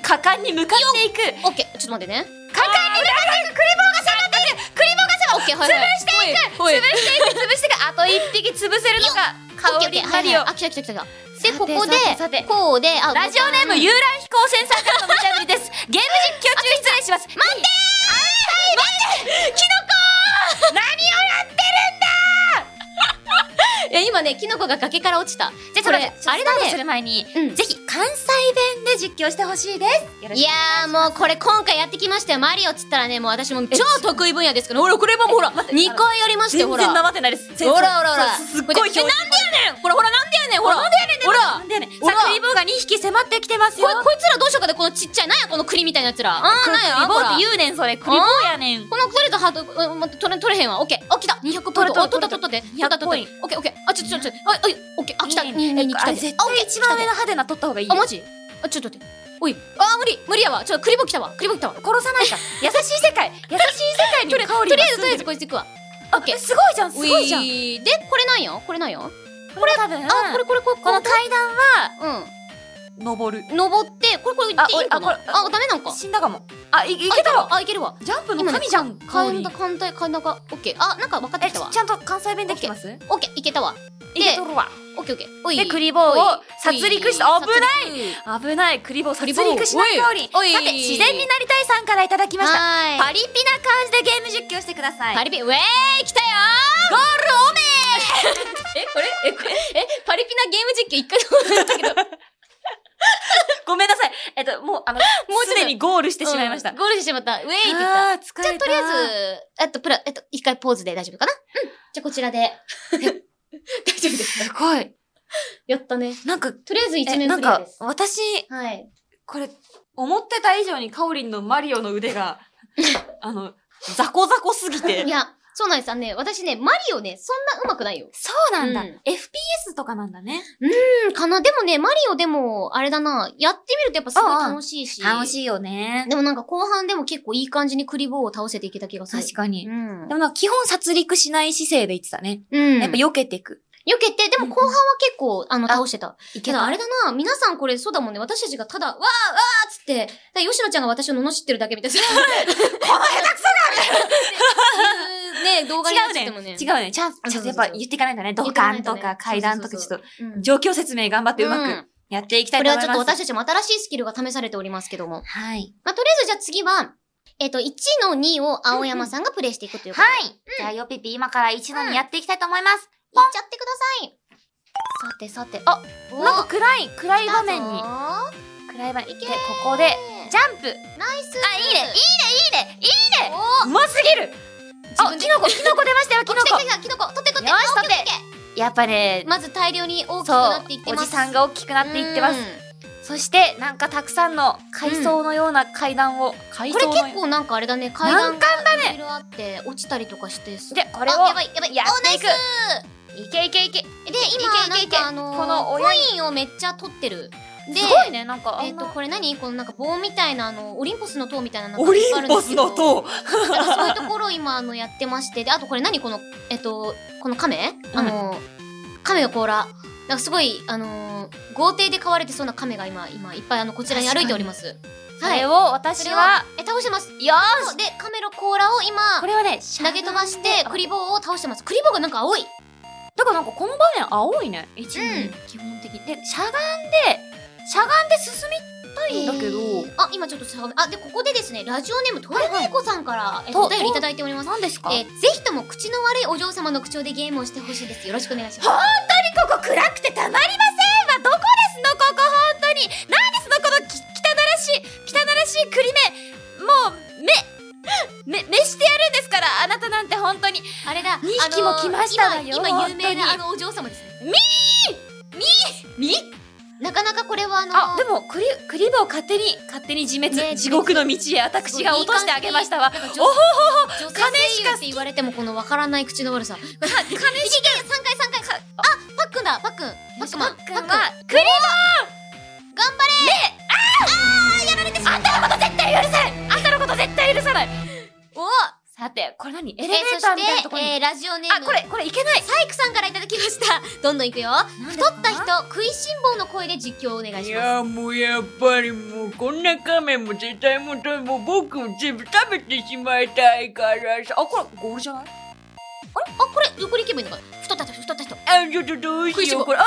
Speaker 2: けていく、果敢に向かっていく。
Speaker 1: オッケー。ちょっと待ってね。
Speaker 2: 果敢に向かっていく、クリボーが迫ってくるクリボーが迫ってくる
Speaker 1: オッケー、はいはい。
Speaker 2: 潰していく
Speaker 1: ほい
Speaker 2: 潰していく、潰していく、あと1匹潰せるのか、
Speaker 1: オッケ
Speaker 2: 香
Speaker 1: ーオッケ
Speaker 2: り
Speaker 1: ー
Speaker 2: マリオ
Speaker 1: はいはい。あ、来た来た来た来た。
Speaker 2: さ
Speaker 1: で、
Speaker 2: て
Speaker 1: ここで
Speaker 2: さてさて、
Speaker 1: こうで、あ、
Speaker 2: ラジオネーム、遊覧飛行船さんからの無茶ぶり です。ゲーム実況中失礼します。待ってー待ってキノコー何をやって
Speaker 1: 今ね、キノコが崖から落ちた。
Speaker 2: じゃあ
Speaker 1: こ
Speaker 2: こ
Speaker 1: れ
Speaker 2: れ、あ
Speaker 1: あれ
Speaker 2: れ
Speaker 1: だね
Speaker 2: だね。する前に、
Speaker 1: うん
Speaker 2: ぜひ関西弁で実況してほしいです。よろしく
Speaker 1: いやーもうこれ今回やってきましたよ。マリオっつったらね、もう私も超得意分野ですから、ほら、これもほら、2
Speaker 2: って
Speaker 1: 回やりましたよ、ほら。
Speaker 2: 全
Speaker 1: ほら
Speaker 2: 然なまってないです。
Speaker 1: ほらほら。
Speaker 2: すっごい
Speaker 1: これなんでやねんこれほら、なんでやねんほら。なんでやねんほら。
Speaker 2: でね、
Speaker 1: ほら
Speaker 2: サクリボウが2匹迫ってきてますよ。
Speaker 1: こいこいつらどうしようかで、このちっちゃい、なんやこの栗みたいなやつら。あー、なんや、
Speaker 2: クリボ
Speaker 1: ほ
Speaker 2: ーっ
Speaker 1: ら
Speaker 2: て。言うねん、それ。クリボーやねん。
Speaker 1: このクレとハート、うんま、取れ、取れへんわ。オッケー。あ、来た !200 ポイント。
Speaker 2: 取
Speaker 1: あ、
Speaker 2: れ
Speaker 1: 取
Speaker 2: 取
Speaker 1: った取っ
Speaker 2: れ
Speaker 1: たで。取
Speaker 2: 取れ
Speaker 1: った取ったで。オッケーオッケー。あ、ちょ、ちょ、ちょ、あ、あいオッケー。あ、来た。2、
Speaker 2: いいね
Speaker 1: 2、2来た
Speaker 2: あ
Speaker 1: で。
Speaker 2: 絶
Speaker 1: あ、オッケ
Speaker 2: 対
Speaker 1: ー。
Speaker 2: 一番上の
Speaker 1: 来
Speaker 2: 派手な取った方がいい
Speaker 1: たで。あ、
Speaker 2: よ。
Speaker 1: マジあ、ちょっと待って。おい。あ、無理無理やわ。ちょ、クリボ来たわ。クリボ来たわ。と
Speaker 2: 殺さないか。 優しい世界。優しい世界に
Speaker 1: りあえず、
Speaker 2: 香り
Speaker 1: とりあえず、と
Speaker 2: と
Speaker 1: りあ
Speaker 2: りあ
Speaker 1: え
Speaker 2: え
Speaker 1: ず
Speaker 2: ず。
Speaker 1: こいつ行くわ。オッケー。
Speaker 2: すごいじゃん、すごいじゃん。
Speaker 1: ういで、これなんよこれなんよ
Speaker 2: これ多分、
Speaker 1: あ、これこれこれ
Speaker 2: この
Speaker 1: れ。
Speaker 2: 階段は、
Speaker 1: う
Speaker 2: 登る。
Speaker 1: ん。登って、これこれ行っていいのかな
Speaker 2: あおいあこれ
Speaker 1: あ、ダメなんか。
Speaker 2: 死んだかも。あ、いい
Speaker 1: あ
Speaker 2: けたわ。
Speaker 1: あ、いけるわ。
Speaker 2: ジャンプの神じゃん。香
Speaker 1: 簡
Speaker 2: り
Speaker 1: 単、簡単、簡単か。オッケー。あ、なんか分かって
Speaker 2: え、
Speaker 1: きたわ
Speaker 2: ち。ゃんと関西弁できてますい
Speaker 1: オッケー、いけたわ。
Speaker 2: けとるわ。
Speaker 1: オッケーオッケー。おい。
Speaker 2: で、クリボーを殺戮した。危ない
Speaker 1: い
Speaker 2: 危ないクリボー
Speaker 1: ク
Speaker 2: 殺
Speaker 1: リボー
Speaker 2: 戮しない香り
Speaker 1: おい
Speaker 2: さて自然になりたいさんからいただきました
Speaker 1: はーい。
Speaker 2: パリピな感じでゲーム実況してください
Speaker 1: パ
Speaker 2: リ
Speaker 1: リピ、ウェーイ来たよ
Speaker 2: ゴ
Speaker 1: ー え、これえ、これえ、パリピなゲーム実況一回もやったけど。も
Speaker 2: ールごめんなさいえっともう あのも
Speaker 1: うち
Speaker 2: う
Speaker 1: ょっと
Speaker 2: すでにゴールしてしまいました、
Speaker 1: ゴールしてしまった。ウェーイって言った。
Speaker 2: あー疲
Speaker 1: じゃあ、
Speaker 2: れた
Speaker 1: とりあえず、えっと、プラ、えっと、一回ポーズで大丈夫かなうん。じゃあ、こちらで。 大丈夫です。
Speaker 2: すごい
Speaker 1: やったね。
Speaker 2: なんか
Speaker 1: とりあえず一
Speaker 2: え
Speaker 1: 面
Speaker 2: な
Speaker 1: ク
Speaker 2: ん
Speaker 1: リア
Speaker 2: か
Speaker 1: です。
Speaker 2: 私
Speaker 1: はい。
Speaker 2: これ思ってた以上にカオリンのマリオの腕 があのザコザコすぎて
Speaker 1: いや、そうなんです。あのね、私ね、マリオね、そんな上手くないよ。
Speaker 2: そうなんだ、
Speaker 1: うん
Speaker 2: FPS とかなんだね
Speaker 1: うん、かな。でもね、マリオでも、あれだな、やってみるとやっぱすごい楽しいし。い。
Speaker 2: いよね
Speaker 1: でもなんか後半でも結構いい感じにクリボーを倒せていけた気がする。
Speaker 2: 確かに、
Speaker 1: うん
Speaker 2: で。もなんか基本殺戮しない姿勢で言ってたね。
Speaker 1: うん。
Speaker 2: やっぱ避けていく。
Speaker 1: 避けて、でも後半は結構、あの、倒してた。
Speaker 2: い
Speaker 1: けど、あれだな、皆さんこれ、そうだもんね、私たちがただ、わーわーっつって、だから吉野ちゃんが私を罵ってるだけみたいな。
Speaker 2: この下手くそ
Speaker 1: ね、動画になっちゃって
Speaker 2: 違
Speaker 1: も
Speaker 2: う
Speaker 1: ね
Speaker 2: ね。。違うね。ちゃん
Speaker 1: そう
Speaker 2: ち
Speaker 1: そうそう
Speaker 2: ゃんとやっぱ言っていかないんだね。ドカンとか階段とかちょっと、
Speaker 1: う
Speaker 2: 状況説明頑張ってうま
Speaker 1: うん
Speaker 2: くやっていきた
Speaker 1: こ
Speaker 2: い
Speaker 1: れ
Speaker 2: と
Speaker 1: は
Speaker 2: 思
Speaker 1: ち
Speaker 2: い
Speaker 1: ょっ
Speaker 2: ま
Speaker 1: と
Speaker 2: す。
Speaker 1: 私たちも新しいスキルが試されておりますけども。
Speaker 2: はい。
Speaker 1: まあ、とりあえずじゃあ次は、えっ、と、1の2を青山さんがプレイしていくということで。
Speaker 2: はい。じゃあ、よぴぴ、今から一のにやっていきたいと思います。
Speaker 1: いっちゃってください。さてさて、あ、
Speaker 2: なんか暗い、暗い場面に。
Speaker 1: に。
Speaker 2: 暗い場面で、
Speaker 1: いけー
Speaker 2: ここで、ジ
Speaker 1: じゃ
Speaker 2: ャンプ。
Speaker 1: ナイス
Speaker 2: あ、いいね、いいね、いいね、いいね
Speaker 1: お
Speaker 2: うますぎるあ、キノコ、キノコ出ました よ、キ
Speaker 1: お、
Speaker 2: ノ
Speaker 1: 来た
Speaker 2: コ
Speaker 1: 来。た 来た、キノコ、取って取って。
Speaker 2: よし
Speaker 1: あオッケー
Speaker 2: 取
Speaker 1: オッケーオッケ
Speaker 2: やっぱね
Speaker 1: ー、まず大量に大きく
Speaker 2: そ
Speaker 1: な
Speaker 2: う
Speaker 1: っていって
Speaker 2: お
Speaker 1: ます。
Speaker 2: じさんが大きくなっていってます。
Speaker 1: うん
Speaker 2: そして、なんかたくさんの階層のような階段を、階
Speaker 1: これ
Speaker 2: 層のような
Speaker 1: 結構なんかあれだね、階段がいろいろあって、落ちたりとかして。
Speaker 2: で、こ
Speaker 1: あ、
Speaker 2: れを、
Speaker 1: やばいやばい。
Speaker 2: や
Speaker 1: おナ
Speaker 2: って
Speaker 1: イ
Speaker 2: い
Speaker 1: ス
Speaker 2: くいけいけいけ。
Speaker 1: で、
Speaker 2: い
Speaker 1: 今、
Speaker 2: けい
Speaker 1: な
Speaker 2: け
Speaker 1: ん
Speaker 2: いけ
Speaker 1: かあの
Speaker 2: こ
Speaker 1: ー、
Speaker 2: の親
Speaker 1: コインをめっちゃ取ってる。で、
Speaker 2: すごいね、なんか。
Speaker 1: えっ、と、これ何このなんか棒みたいな、あの、オリンポスの塔みたいななんか
Speaker 2: オリ
Speaker 1: いっぱいある
Speaker 2: ン
Speaker 1: ん
Speaker 2: ポ
Speaker 1: です
Speaker 2: ス
Speaker 1: けど
Speaker 2: の塔
Speaker 1: だからそういうところを今、あの、やってまして。で、あとこれ何この、えっ、と、この亀、
Speaker 2: ん
Speaker 1: あの、亀の甲羅。なんかすごい、あのー豪邸で飼われてそうな亀が今、今、いっぱいあの、こちらに歩いております。
Speaker 2: そ
Speaker 1: はい
Speaker 2: れを。
Speaker 1: そ
Speaker 2: 私
Speaker 1: れ
Speaker 2: は
Speaker 1: は、、え、倒してます。
Speaker 2: よーし
Speaker 1: そうで、亀の甲羅を今
Speaker 2: こ、れはね、
Speaker 1: 投げ飛ばし
Speaker 2: シャ
Speaker 1: て
Speaker 2: ー、ン
Speaker 1: クリボーを倒してます。クリボーがなんか青い。
Speaker 2: だからなんかこの場面青いね。一年、
Speaker 1: うん
Speaker 2: 基本的。で、しゃがんで、しゃがんで進みたいんだけど、
Speaker 1: えーあ、今ちょっとしゃがめあ、で、ここでですね、ラジオネーム、トレネイコさんから、えっ
Speaker 2: と
Speaker 1: とお便りいただいております。
Speaker 2: 何ですか、
Speaker 1: えーぜひとも口の悪いお嬢様の口調でゲームをしてほしいです。よろしくお願いします。
Speaker 2: 本当にここ暗くてたまりませんわどこですのここ本当に何ですのこのき汚らしい汚らしい栗目もう目めめしてやるんですからあなたなんて本当に
Speaker 1: あれだ、
Speaker 2: 二匹も来ましたわよ
Speaker 1: あのー今今有
Speaker 2: 本当
Speaker 1: 名
Speaker 2: に
Speaker 1: なあのお嬢様ですね。
Speaker 2: み
Speaker 1: なかなかこれはあのー
Speaker 2: あでも栗栗棒勝手に勝手に自滅、
Speaker 1: ね
Speaker 2: 地獄の道へ私が落としてあげましたわ
Speaker 1: なんか
Speaker 2: お
Speaker 1: 女
Speaker 2: ほほ
Speaker 1: 女性
Speaker 2: 金し
Speaker 1: 声優
Speaker 2: か
Speaker 1: って言われてもこのわからない口の悪さ。いけいけ
Speaker 2: か金し
Speaker 1: 三回三回。
Speaker 2: か
Speaker 1: パックンだ、パックン。パックマン。
Speaker 2: パ
Speaker 1: パック
Speaker 2: ックンは
Speaker 1: ン。
Speaker 2: 栗棒
Speaker 1: 頑張れ
Speaker 2: あんたのこと絶対許さないあんたのこと絶対許さない
Speaker 1: お
Speaker 2: さてこれ何エ
Speaker 1: え
Speaker 2: レベー
Speaker 1: ー、そ
Speaker 2: ターみたいな
Speaker 1: し
Speaker 2: と
Speaker 1: て
Speaker 2: ころに、、
Speaker 1: えー、ラジオネー
Speaker 2: あ
Speaker 1: ム。
Speaker 2: これこれいけない
Speaker 1: サイクさんからいただきました。どんどんいくよ。太った人、食いしん坊の声で実況をお願い
Speaker 3: い
Speaker 1: しま
Speaker 3: やもうやっぱりもうこんなカメも絶対もうもう僕を全部食べてしまいたいからさあこれゴールじゃない
Speaker 1: す。あ、これ、横に行けばいいのかな太った人、太った人。
Speaker 3: あちょっとどう
Speaker 1: 食い
Speaker 3: し
Speaker 1: しん
Speaker 3: よ
Speaker 1: 坊
Speaker 3: うこれあ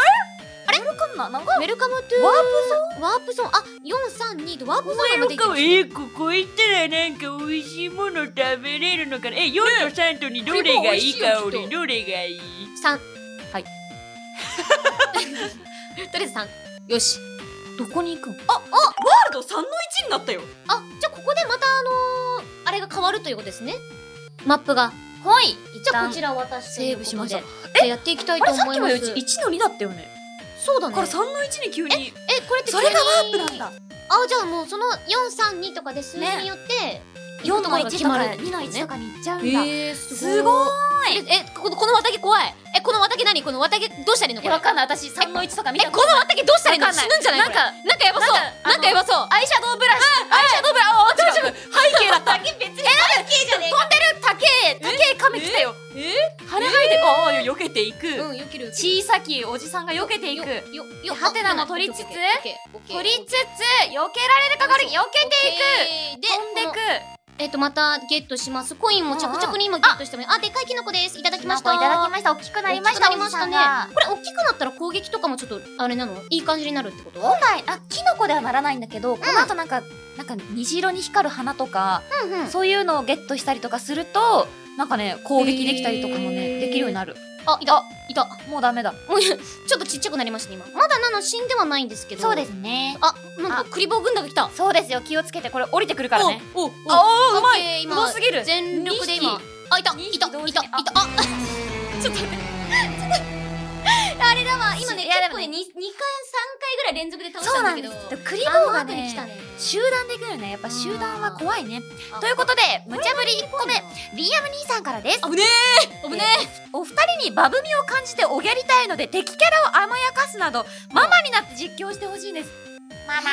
Speaker 2: あれわかんないなんか
Speaker 1: ウェルカムトゥ
Speaker 2: ワ
Speaker 1: ーワープゾーン。あ、432とワープゾーン
Speaker 3: な
Speaker 1: が出
Speaker 3: ん
Speaker 1: てき
Speaker 3: かえー、ここ行ったらなんか美味しいもの食べれるのかなえ4と3とにどれがいい
Speaker 1: 栗も
Speaker 3: か
Speaker 1: 美味しいよきっと
Speaker 3: 俺どれがいい
Speaker 1: た。3。
Speaker 2: はい。
Speaker 1: とりあえず3。よし。どこに行くのあ、
Speaker 2: ルド3の1になったよ
Speaker 1: あ、じゃあここでまたあのーあれが変わるということですね。マップが。はい。じゃあこちらを渡して
Speaker 2: セーブしました
Speaker 1: じゃあやっていきたいと
Speaker 2: あれ
Speaker 1: 思い
Speaker 2: さ
Speaker 1: ま
Speaker 2: っ
Speaker 1: す。
Speaker 2: きまで1の2だったよね
Speaker 1: そうだね。
Speaker 2: だから3の1に急に
Speaker 1: え、これって
Speaker 2: それがワー
Speaker 1: 急に
Speaker 2: プなんだ
Speaker 1: あ、じゃあもうその432とかで数字によって、
Speaker 2: 4の1とか
Speaker 1: 決
Speaker 2: 2の
Speaker 1: まるって
Speaker 2: 1と
Speaker 1: こ
Speaker 2: かに行っちゃう
Speaker 1: と
Speaker 2: ん
Speaker 1: ね
Speaker 2: だ
Speaker 1: えー、
Speaker 2: すご
Speaker 1: い。え、えこのこの綿毛怖い。え、この綿毛何この綿毛どうしたらいいのこれ。
Speaker 2: んない私3の1とか
Speaker 1: え、この綿毛どうしたらいいの
Speaker 2: わかんない
Speaker 1: 死ぬんじゃない
Speaker 2: なん
Speaker 1: こ
Speaker 2: か
Speaker 1: れなんかやばそう。
Speaker 2: あの
Speaker 1: なんかやばそう。
Speaker 2: アイシャドウブラシアイシャドウブラシあ大丈夫背景だった別に背景じゃねえ飛んでる高え高え亀来たよえ腹がいてああ避けていく
Speaker 1: ん、よける
Speaker 2: 小さきおじさんが避けていく
Speaker 1: よ、よ、よ、
Speaker 2: ハテナの取りつつ取りつ
Speaker 1: つ、
Speaker 2: つ避けられるかかる避けていく
Speaker 1: いく
Speaker 2: 飛んでく
Speaker 1: えっと、またゲットします。コインも着々に今ゲットしてもねあ、でかいキノコです。いただきました。
Speaker 2: いただきました大きくなりまし
Speaker 1: 大きくな
Speaker 2: た
Speaker 1: りましたね
Speaker 2: おじさんが
Speaker 1: これ、大きくなったら攻撃とかもちょっと、あれなのいい感じになるってこと
Speaker 2: 本来あキノコではならないんだけどこの後なんかなんか虹色に光る花とか
Speaker 1: うんうん。
Speaker 2: そういうのをゲットしたりとかするとなんかね攻撃できたりとかも
Speaker 1: へー
Speaker 2: ねできるようになる
Speaker 1: あ、いた、いた。
Speaker 2: もうダメだ
Speaker 1: もう、ちょっとちっちゃくなりましたね、今。まだなの死んではないんですけど。す。
Speaker 2: すね
Speaker 1: あ、なんか、クリボー軍団が来た。
Speaker 2: そうですよ気をつけてこれ降りてくるからね
Speaker 1: お、お、お、
Speaker 2: あ
Speaker 1: オ
Speaker 2: お
Speaker 1: ッ
Speaker 2: うま
Speaker 1: ケー
Speaker 2: いう
Speaker 1: 今
Speaker 2: まいすぎる
Speaker 1: 全力で今
Speaker 2: 二匹。
Speaker 1: あ、いた、
Speaker 2: 二
Speaker 1: い
Speaker 2: 匹
Speaker 1: た、い
Speaker 2: 同
Speaker 1: た、い
Speaker 2: 時
Speaker 1: た
Speaker 2: に。
Speaker 1: あ、 ちょっと待って。 あれだわ、今ね、
Speaker 2: いや
Speaker 1: 結
Speaker 2: でも
Speaker 1: 構ね、
Speaker 2: ね
Speaker 1: 2, 回、3回ぐらい連続で倒し
Speaker 2: そ
Speaker 1: た
Speaker 2: うんな
Speaker 1: だ
Speaker 2: ん
Speaker 1: けど。
Speaker 2: ですでクリボーが
Speaker 1: あの辺り
Speaker 2: ね
Speaker 1: 来たね
Speaker 2: 集団で来るねやっぱ集団は怖いねということで無茶ぶり1個目リアム兄さんからです
Speaker 1: あぶねえあぶね
Speaker 2: お二人にバブみを感じておぎゃりたいので敵キャラを甘やかすなどママになって実況してほしいんですママ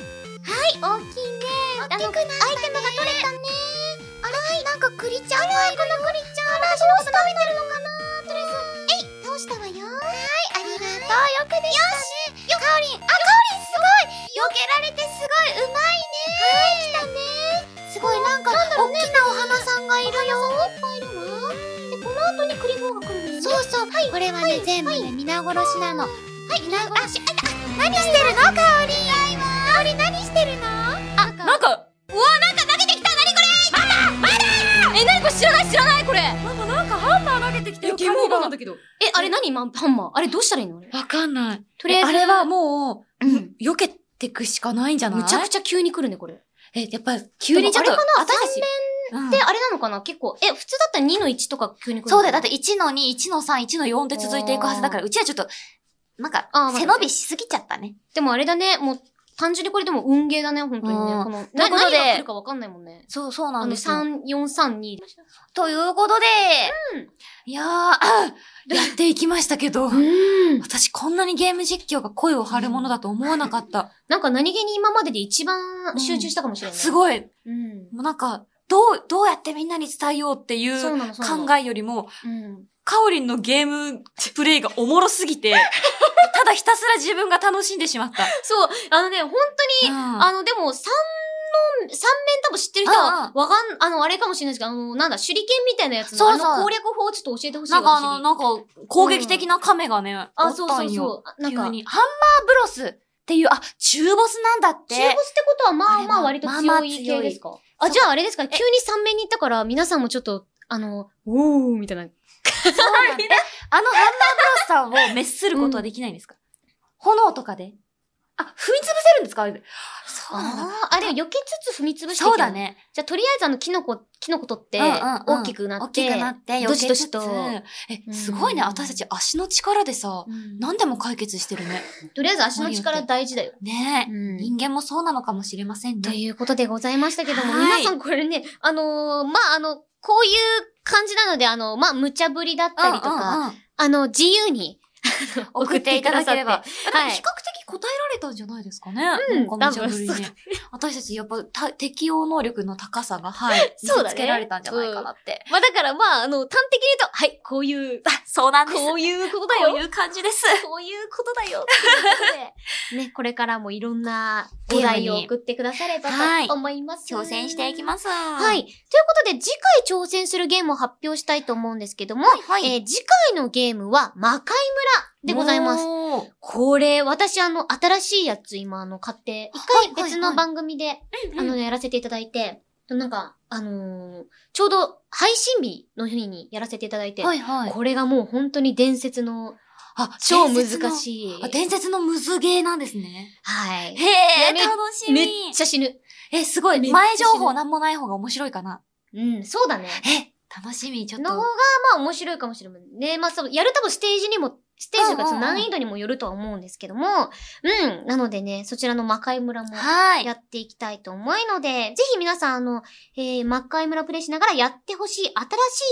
Speaker 1: えはい、大きいね。大きくなったね。アイテムが取れたね。あら、なんか栗ちゃんがいるよ。あら、この栗ちゃん。私の食べてるのかなとりあえず、えい、倒したわよ。はい、ありがとう。よくできたね。よし、かおりん。あ、かおりんすごい避けられてすごい、うまいね。はい、来たね。すごい、なんか、大きなお花さんがいるよ。いっぱいいるわ。で、この後に栗棒が来るのそうそう、これはね、全部ね、皆殺しなの。はい、皆殺し。あ、何してるの、かおりん。かおりん、何してるのあ、
Speaker 2: なんか
Speaker 1: うわなんか投げてきた何これママママえ、何これ知らない知らないこれえ、
Speaker 2: ママなんかハンマー投げてきてよ
Speaker 1: だけどえ、あれ何マンハンマーあれどうしたらいいの
Speaker 2: わかんない
Speaker 1: とりあえず
Speaker 2: あれはもう、
Speaker 1: うん
Speaker 2: 避けてくしかないんじゃない
Speaker 1: むちゃくちゃ急に来るねこれ
Speaker 2: え、やっぱ、急にちょっと、
Speaker 1: でもあれかな
Speaker 2: 私たち。うん
Speaker 1: で、あれなのかな結構え、普通だったら2の1とか急に来る
Speaker 2: そうだよ。だってて1の2、1の3、1の4で続いていくはずだから、うちはちょっと、なんか
Speaker 1: あーまあ、
Speaker 2: 背伸びしすぎちゃったね。
Speaker 1: でもあれだねもう単純にこれでも運ゲーだね本当に
Speaker 2: う
Speaker 1: ね
Speaker 2: ん
Speaker 1: この
Speaker 2: とい
Speaker 1: な
Speaker 2: うこと
Speaker 1: 何
Speaker 2: で
Speaker 1: が来るかわかんないもんね
Speaker 2: そう、そうな
Speaker 1: あ
Speaker 2: ん
Speaker 1: の
Speaker 2: ですよ。
Speaker 1: 3432
Speaker 2: ということで、いやー、やっていきましたけど、
Speaker 1: ん
Speaker 2: 私こんなにゲーム実況が声を張るものだと思わなかった。
Speaker 1: なんか何気に今までで一番集中したかもしれない
Speaker 2: す
Speaker 1: い
Speaker 2: ごい、
Speaker 1: うん
Speaker 2: もうなんか、どう、どうやってみんなに伝えようってい
Speaker 1: そう
Speaker 2: う
Speaker 1: なのそうなの
Speaker 2: 考えよりも、
Speaker 1: うん
Speaker 2: カオリンのゲームプレイがおもろす ぎて、ただひたすら自分が楽しんでしまった。
Speaker 1: そうあのね本当に
Speaker 2: うん
Speaker 1: あの、でも、三の、三面多分知ってる人
Speaker 2: うん
Speaker 1: は
Speaker 2: う、ん
Speaker 1: わかん、あの、あれかもしれないですけど、あの、なんだ、手裏剣みたいなやつの、
Speaker 2: そうそう
Speaker 1: あの攻略法をちょっと教えてほしい
Speaker 2: なんかあの、
Speaker 1: 私に
Speaker 2: なんか、攻撃的な亀がね、お
Speaker 1: あ、
Speaker 2: っ
Speaker 1: そう
Speaker 2: た
Speaker 1: そ
Speaker 2: ん
Speaker 1: う
Speaker 2: よ。
Speaker 1: そう。あなんか、
Speaker 2: 急
Speaker 1: 中
Speaker 2: に。ハンマーブロスっていう、あ、中ボスなんだって。
Speaker 1: ボスってことは、ま
Speaker 2: あ
Speaker 1: あ
Speaker 2: れは
Speaker 1: まあ割と
Speaker 2: まあ
Speaker 1: 強
Speaker 2: まあ
Speaker 1: い
Speaker 2: 強い
Speaker 1: 系ですかあ、じゃああれですか、急に三面に行ったから、皆さんもちょっと、あの、おー、みたいな。
Speaker 2: そうなんだえあのハンマーブロスさんを滅することはできないんですか、炎とかであ、踏み潰せるんですかあれでそうなんだ。
Speaker 1: あーあ、でも避けつつ踏み潰していける
Speaker 2: そうだ。ね。
Speaker 1: じゃあとりあえずあの、キノコ、キノコ取って、
Speaker 2: うんうんうん
Speaker 1: 大きくな
Speaker 2: 大
Speaker 1: って。
Speaker 2: きくなって、避け
Speaker 1: どしどし
Speaker 2: つつ
Speaker 1: と
Speaker 2: え、すごいね。
Speaker 1: うん
Speaker 2: 私たち足の力でさ、
Speaker 1: うん
Speaker 2: 何でも解決してるね。
Speaker 1: とりあえず足の力大事だよ。
Speaker 2: ねえ、
Speaker 1: うん
Speaker 2: 人間もそうなのかもしれませんね。
Speaker 1: ということでございましたけども、
Speaker 2: は
Speaker 1: 皆
Speaker 2: い
Speaker 1: さんこれね、あのーまあ、あの、こういう感じなので、あの、まあ、無茶ぶりだったりとか、
Speaker 2: うんうんうん
Speaker 1: あの、自由に、 あの
Speaker 2: 送っていただければ。。
Speaker 1: はい
Speaker 2: 比較的答えられたんじゃないですかね。
Speaker 1: うん
Speaker 2: なんか無茶ぶり
Speaker 1: 多分そう
Speaker 2: ね。私たちやっぱた適応能力の高さが、はい。
Speaker 1: そうだね
Speaker 2: 見せつけられたんじゃないかなって。
Speaker 1: まあ、だから、まあ、あの、端的に言うと、はい、こういう、
Speaker 2: そうなんです。
Speaker 1: こういうことだ
Speaker 2: こ
Speaker 1: よ。
Speaker 2: ういう感じです。
Speaker 1: こういうことだよ。ということでね、これからもいろんなお題を送ってくだされば
Speaker 2: はい
Speaker 1: と思います。
Speaker 2: 挑戦していき
Speaker 1: す。
Speaker 2: ます。
Speaker 1: は。
Speaker 2: はい
Speaker 1: ということで、次回挑戦するゲームを発表したいと思うんですけども、
Speaker 2: はい、はい。
Speaker 1: えー次回のゲームは、魔界村でございます。
Speaker 2: おー。
Speaker 1: これ、私あの、新しいやつ今あの、買って、一回別の番組で、あの、やらせていただいて、なんか、あのーちょうど配信日の日にやらせていただいて、
Speaker 2: はいはい。
Speaker 1: これがもう本当に伝説の
Speaker 2: あ、
Speaker 1: 超
Speaker 2: 伝説の
Speaker 1: 難しい
Speaker 2: あ、。伝説のムズゲーなんですね。
Speaker 1: はい。
Speaker 2: へえ、
Speaker 1: いや
Speaker 2: 楽しみ。
Speaker 1: めっちゃ死ぬ。
Speaker 2: え、すごい。
Speaker 1: めっちゃ
Speaker 2: 前
Speaker 1: 知
Speaker 2: 情
Speaker 1: ら
Speaker 2: 報なんもない方が面白いかな。
Speaker 1: うん、そうだね。
Speaker 2: え、楽しみ、ちょっ
Speaker 1: の方が
Speaker 2: と。、
Speaker 1: まあ面白いかもしれない。ね、まあその、やる多分ステージにも、ステージというかその難易度にもよるとは思うんですけども、うん、なのでね、そちらの魔界村も
Speaker 2: はい。
Speaker 1: やっていきたいと思うので、ぜひ皆さん、あの、えー、魔界村プレイしながらやってほしい新しい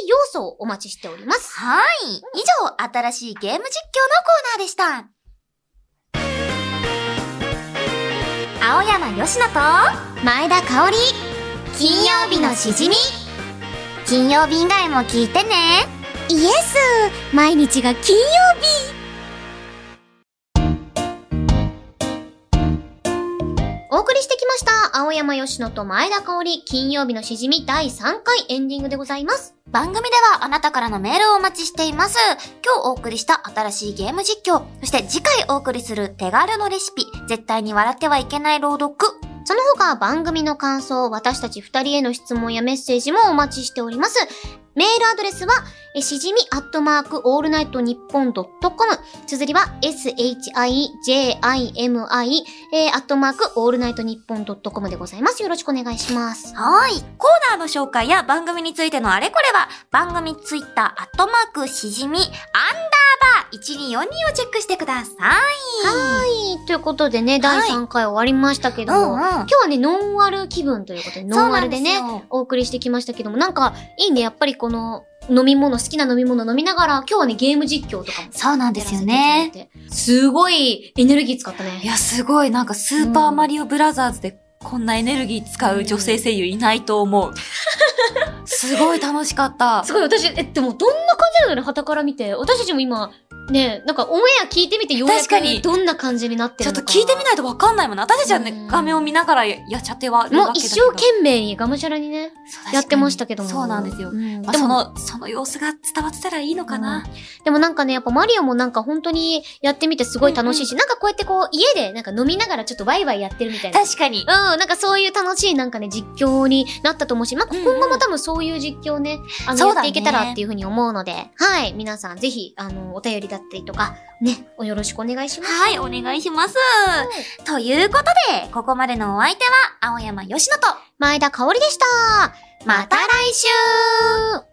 Speaker 1: 要素をお待ちしております。
Speaker 2: はい。以上、新しいゲーム実況のコーナーでした。青山よしのと、
Speaker 1: 前田香織、金曜日のしじみ。
Speaker 2: 金曜日以外も聞いてね。
Speaker 1: イエス毎日が金曜日お送りしてきました。青山吉野と前田香織、金曜日のしじみ第3回エンディングでございます。
Speaker 2: 番組ではあなたからのメールをお待ちしています。今日お送りした新しいゲーム実況、そして次回お送りする手軽のレシピ、絶対に笑ってはいけない朗読、
Speaker 1: その他番組の感想、私たち二人への質問やメッセージもお待ちしております。メールアドレスは、えしじみアットマークオールナイトニッポンドットコム。綴りは、shijimi、えー、アットマークオールナイトニッポンドットコムでございます。よろしくお願いします。
Speaker 2: はい。コーナーの紹介や番組についてのあれこれは、番組ツイッター、アットマーク、しじみ、アンダーバー、1242をチェックしてください。
Speaker 1: はい。ということでね、第3回終わりましたけども、今
Speaker 2: ん。
Speaker 1: 日はね、ノンアル気分ということで、ノンアルでね、
Speaker 2: ね。
Speaker 1: お送りしてきましたけども、なんか、いいね、やっぱりこの、飲み物、好きな飲み物飲みながら、今日はね、ゲーム実況とかも。
Speaker 2: そうなんですよね。。
Speaker 1: すごいエネルギー使った
Speaker 2: い
Speaker 1: ね。
Speaker 2: や、すごい。なんか、スーパーマリオブラザーズで、こんなエネルギー使う女性声優いないと思う。すごい楽し かった
Speaker 1: す。ごい、私、え、でもどんな感じなのね、旗から見て。私たちも今、ね、なんかオンエア聞いてみてようやく
Speaker 2: 確かに
Speaker 1: どんな感じになって
Speaker 2: ちょ
Speaker 1: る
Speaker 2: っ
Speaker 1: の
Speaker 2: と
Speaker 1: か。
Speaker 2: 聞いてみないとわかんないもんね。私たちは
Speaker 1: う
Speaker 2: ね
Speaker 1: ん、
Speaker 2: 画面を見ながらやっちゃってはる
Speaker 1: もう
Speaker 2: わけだけど
Speaker 1: 一生懸命にがむしゃらにね、
Speaker 2: そう確かに
Speaker 1: やってましたけども。
Speaker 2: そうなんですよ。
Speaker 1: ん
Speaker 2: まあ
Speaker 1: でも
Speaker 2: その、その様子が伝わってたらいいのかな。
Speaker 1: でもなんかね、やっぱマリオもなんか本当にやってみてすごい楽しいし、なんかこうやってこう家でなんか飲みながらちょっとワイワイやってるみたいな。
Speaker 2: 確かに。
Speaker 1: うん、なんかそういう楽しいなんかね、実況になったと思うし、まあ、
Speaker 2: うんうん
Speaker 1: 今後も多分そういう実況ね、あの、
Speaker 2: そう
Speaker 1: やっ
Speaker 2: だ
Speaker 1: て
Speaker 2: ね
Speaker 1: いけたらっていうふうに思うので、はい、皆さんぜひ、あの、お便りだったりとか、ね、およろしくお願いします。
Speaker 2: はい、お願いします。ということで、ここまでのお相手は、青山よしのと、
Speaker 1: 前田香織でしたまた来週